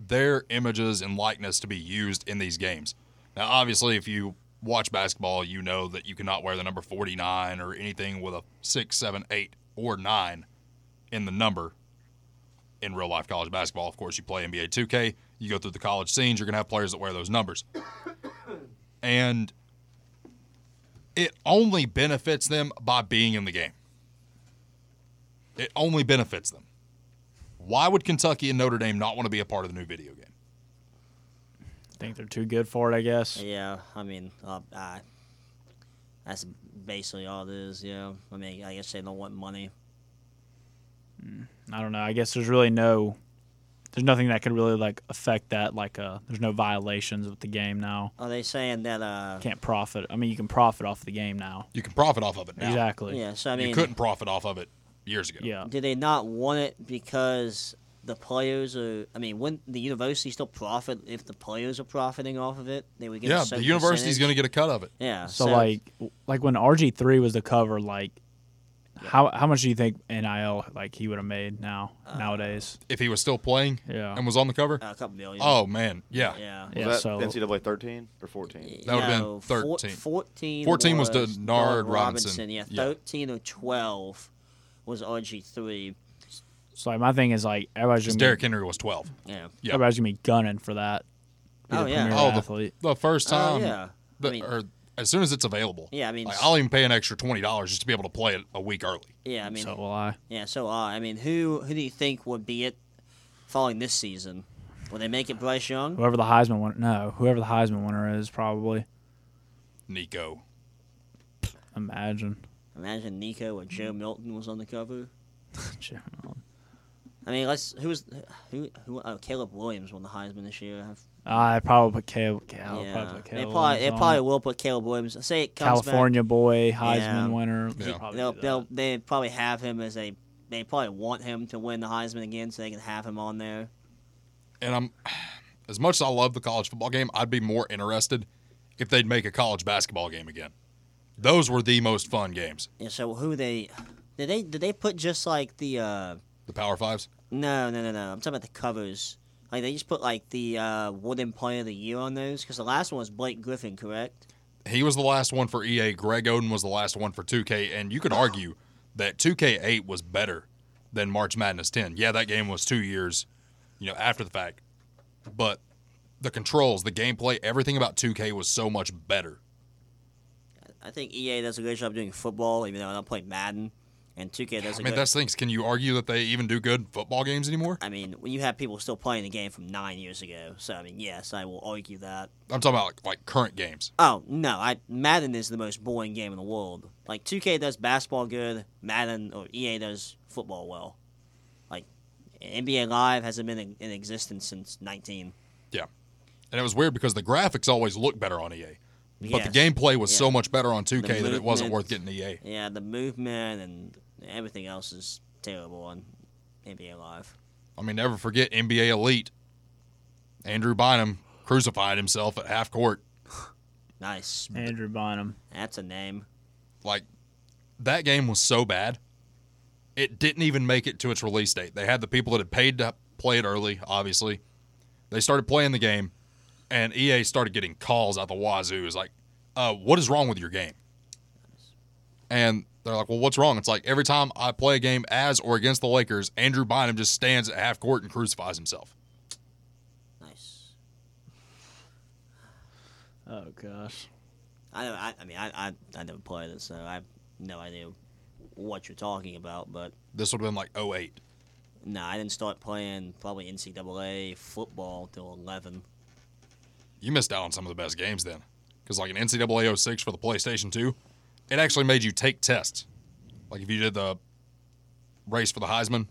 their images and likeness to be used in these games. Now, obviously, if you watch basketball, you know that you cannot wear the number 49 or anything with a 6, 7, 8, or 9 in the number in real life college basketball. Of course, you play NBA 2K, you go through the college scenes, you're going to have players that wear those numbers and it only benefits them by being in the game. It only benefits them. Why would Kentucky and Notre Dame not want to be a part of the new video game? Think they're too good for it, I guess. Yeah, I mean, uh, I, that's basically all it is. Yeah, I mean, I guess they don't want money. I don't know. I guess there's really no, there's nothing that could really like affect that. Like, uh, there's no violations with the game now. Are they saying that? Uh, Can't profit. I mean, you can profit off the game now. You can profit off of it now. Exactly. yeah, so I mean, you couldn't profit off of it years ago. Yeah. do they not want it because the players are? I mean, wouldn't the university still profit if the players are profiting off of it? They would get Yeah, A the university's going to get a cut of it. to. Yeah. So, like, like when RG three was the cover, like, how how much do you think nil like he would have made now Uh, nowadays? If he was still playing Yeah. and was on the cover, a couple million. oh, man. Yeah. Uh, Yeah. Yeah. Was that so NCAA 13 or 14? That would've been No, four- 13. 14, 14 was was to Nard Nard Robinson. Robinson. Yeah, Yeah. 13 or 12 was RG3. so like, my thing is like everybody's Because gonna Derrick be, Henry was 12. Yeah. yeah. everybody's gonna be gunning for that. Be Oh, the yeah. premier Oh, athlete. the, the first Oh, time. yeah. the- I mean, or as soon as it's available. Yeah, I mean, Like, s- I'll even pay an extra twenty dollars just to be able to play it a week early. yeah, I mean, so uh, will I. yeah, so odd. I mean, who who do you think would be it following this season? Will they make it Bryce Young? Whoever the Heisman winner, no, whoever the Heisman winner is, probably. Nico, Imagine. Imagine Nico or Joe Mm-hmm. Milton was on the cover. Jim Allen. I mean, let's who was who who oh, Caleb Williams won the Heisman this year. I've- I Uh, probably put Caleb. Cal, yeah, probably put they Caleb probably they Williams on. probably will put Caleb Williams. Say it comes back- California boy Heisman Yeah. winner. Yeah. They'll probably They'll, do they'll that. they probably have him as a they probably want him to win the Heisman again so they can have him on there. and I'm <sighs> as much as I love the college football game, I'd be more interested if they'd make a college basketball game again. Those were the most fun games. And so who they did they did they put just like the uh The Power Fives. no no no no I'm talking about the covers like they just put like the uh wooden player of the year on those because the last one was Blake Griffin correct He was the last one for EA. Greg Oden was the last one for 2K, and you could argue that 2K8 was better than March Madness 10. Yeah, that game was two years, you know, after the fact, but the controls, the gameplay, everything about 2K was so much better. I think EA does a good job doing football even though I don't play Madden and 2K does I a mean, good that's things. Can you argue that they even do good football games anymore? I mean when you have people still playing the game from nine years ago so I mean yes I will argue that I'm talking about like, like current games. Oh no, I Madden is the most boring game in the world. Like 2K does basketball good, Madden or EA does football well. Like NBA Live hasn't been in, in existence since 19. Yeah, and it was weird because the graphics always look better on EA, but Yes. the gameplay was Yeah. so much better on 2K that it wasn't movement. worth getting E EA. Yeah, the movement and everything else is terrible on NBA Live. I mean, never forget NBA Elite. Andrew Bynum crucified himself at half court. Nice. Andrew Bonham. That's a name. Like, that game was so bad, it didn't even make it to its release date. They had the people that had paid to play it early, obviously. They started playing the game, and EA started getting calls out the wazoo. It's like, uh, what is wrong with your game? And they're like, well, what's wrong? It's like every time I play a game as or against the Lakers, Andrew Bynum just stands at half court and crucifies himself. Nice. Oh gosh. I don't- I, I mean I, I I never played it, so I have no idea what you're talking about, but This would have been like 08. no, I didn't start playing probably NCAA football till 11. you missed out on some of the best games then. Because, like, in NCAA 06 for the PlayStation 2, it actually made you take tests. Like, if you did the race for the Heisman.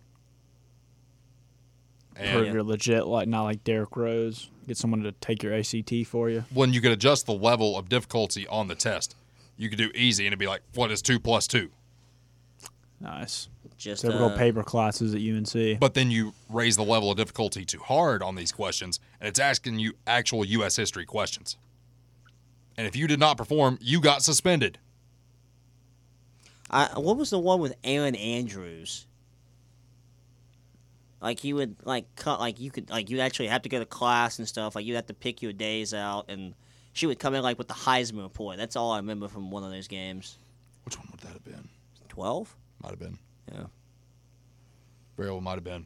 And Prove you're legit, like not like Derrick Rose. Get someone to take your ACT for you. when you could adjust the level of difficulty on the test, you could do easy and it'd be like, what is 2 plus 2? Nice. Just Typical uh, paper classes at UNC. But then you raise the level of difficulty to hard on these questions, and it's asking you actual U.S. history questions. And if you did not perform, you got suspended. I, what was the one with Aaron Andrews? Like you would like cut like you could like you actually have to go to class and stuff. Like you'd have to pick your days out, and she would come in like with the Heisman report. That's all I remember from one of those games. Which one would that have been? Twelve. Might have been. Yeah. Very well might have been.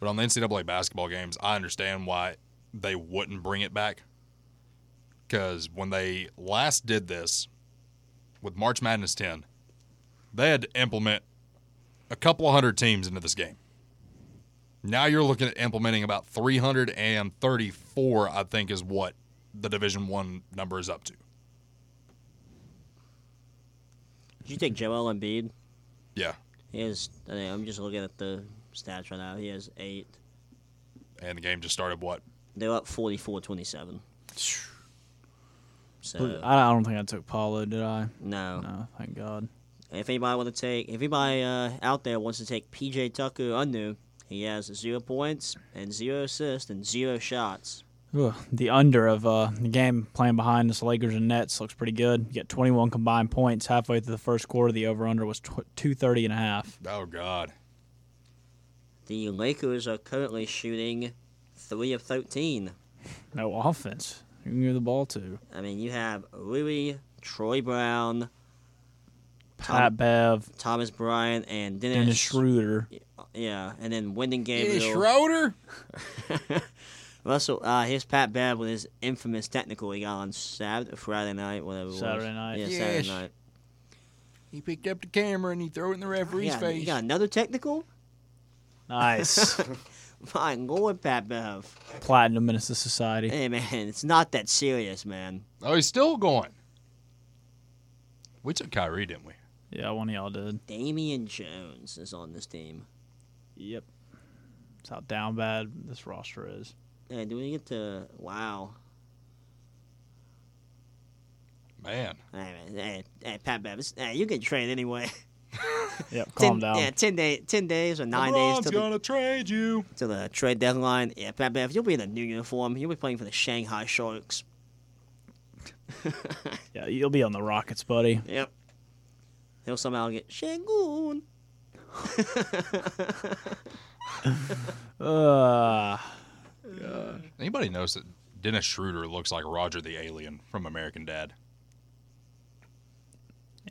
But on the NCAA basketball games, I understand why they wouldn't bring it back. Because when they last did this with March Madness 10, they had to implement a couple of hundred teams into this game. Now you're looking at implementing about 334, I think, is what the Division One number is up to. Did you take Joel Embiid? Yeah, He is. I think- I'm just looking at the stats right now. He has eight. and the game just started. What? They're up 44-27. So I I don't think I took Paulo, did I? no. No, thank God. If anybody want to take, if anybody uh, out there wants to take PJ Tucker Undu, he has zero points and zero assists and zero shots. Ugh, the under of uh, the game playing behind us, Lakers and Nets, looks pretty good. You get 21 combined points halfway through the first quarter. The over under was tw- 230 and a half. Oh God. The Lakers are currently shooting three of thirteen. No offense. You can give the ball to I mean, you have Louis, Troy Brown, Pat Bev, Thomas Bryant, and Dennis. Dennis Schroeder. yeah, and then Wyndon Dennis Gabriel. Schroeder. Russell, uh, here's Pat Bev with his infamous technical he got on Saturday, Friday night, whatever. it was. Saturday night. Yeah, Yes. Saturday night. He picked up the camera and he threw it in the referee's Yeah, you got another technical? <laughs> Nice. My lord, Pat Bev. Platinum Menace to Society. Hey man, it's not that serious, man. Oh, he's still going. We took Kyrie, didn't we? Yeah, one of y'all did. Damian Jones is on this team. Yep. That's how down bad this roster is. Hey, do we get to wow? Man, Hey, man, hey, hey Pat Bevis, hey, you can trade anyway. <laughs> Yep, calm ten, down. Yeah, ten day, ten days or nine days LeBron's till the, gonna trade you. till the trade deadline. Yeah, Pat Bevis, you'll be in a new uniform. You'll be playing for the Shanghai Sharks. Yeah, you'll be on the Rockets, buddy. Yep. He'll somehow get Shangoon. Uh, Anybody knows that Dennis Schroeder looks like Roger the Alien from American Dad?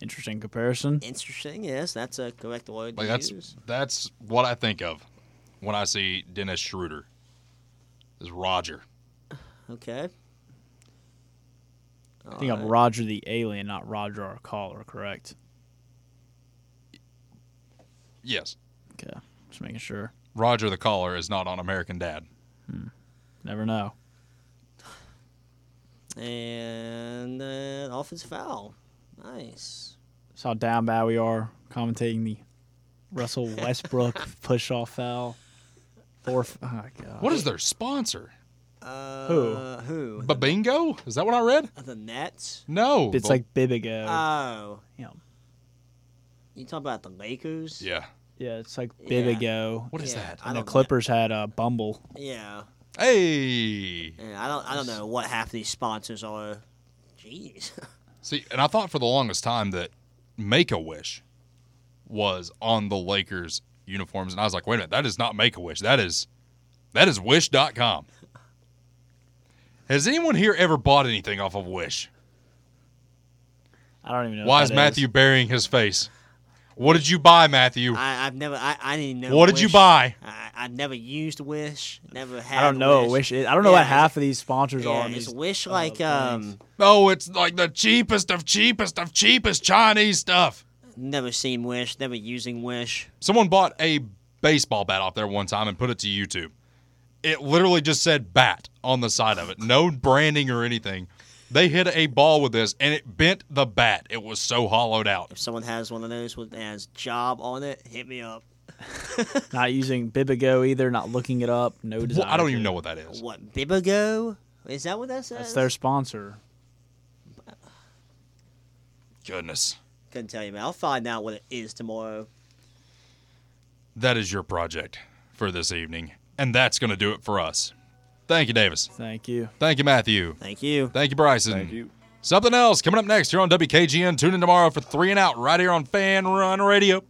interesting comparison. Interesting. Yes, that's a correct word Like to that's use. that's what I think of when I see Dennis Schroeder. Is Roger? Okay. I think I'm Roger the Alien, not Roger our caller, correct? Yes, Okay. Just making sure. Roger the caller is not on American Dad. Never know. And uh, offensive foul. Nice. That's how down bad we are commentating the Russell Westbrook push off foul. Fourth. Oh, God. What is their sponsor? Uh, Who? Who? Babingo? Is that what I read? The Nets? No, It's the- like Bibigo. Oh. yeah. You talking about the Lakers? yeah. yeah, it's like Yeah. Bibigo. What is Yeah, that? I And the don't know. Clippers had a Bumble. Yeah. Hey, yeah. I don't I don't know what half these sponsors are. Jeez. <laughs> see, and I thought for the longest time that Make a Wish was on the Lakers uniforms, and I was like, wait a minute, that is not Make a Wish. That is that is Wish.com. Has anyone here ever bought anything off of Wish? I don't even know. Why what is that Matthew burying his face? What did you buy, Matthew? I, I've never I, I didn't know What did you Wish. buy? I, I've never used Wish. Never had I don't know. Wish. Wish. I don't know Yeah, what it's- half of these sponsors are. Yeah, in is these- Wish uh, like um Oh, it's like the cheapest of cheapest of cheapest Chinese stuff. never seen Wish, never using Wish. Someone bought a baseball bat off there one time and put it to YouTube. It literally just said bat on the side of it. No branding or anything. They hit a ball with this and it bent the bat. It was so hollowed out. If someone has one of those with that has job on it, hit me up. things. Not using Bibigo either. Not looking it up. No Well, desire. I don't to. even know what that is. What, Bibigo? Is that what that says? That's their sponsor. Goodness. Couldn't tell you, man. I'll find out what it is tomorrow. That is your project for this evening. And that's going to do it for us. Thank you, Davis. Thank you. Thank you, Matthew. Thank you. Thank you, Bryson. Thank you. Something else coming up next here on WKGN. Tune in tomorrow for Three and Out right here on Fan Run Radio.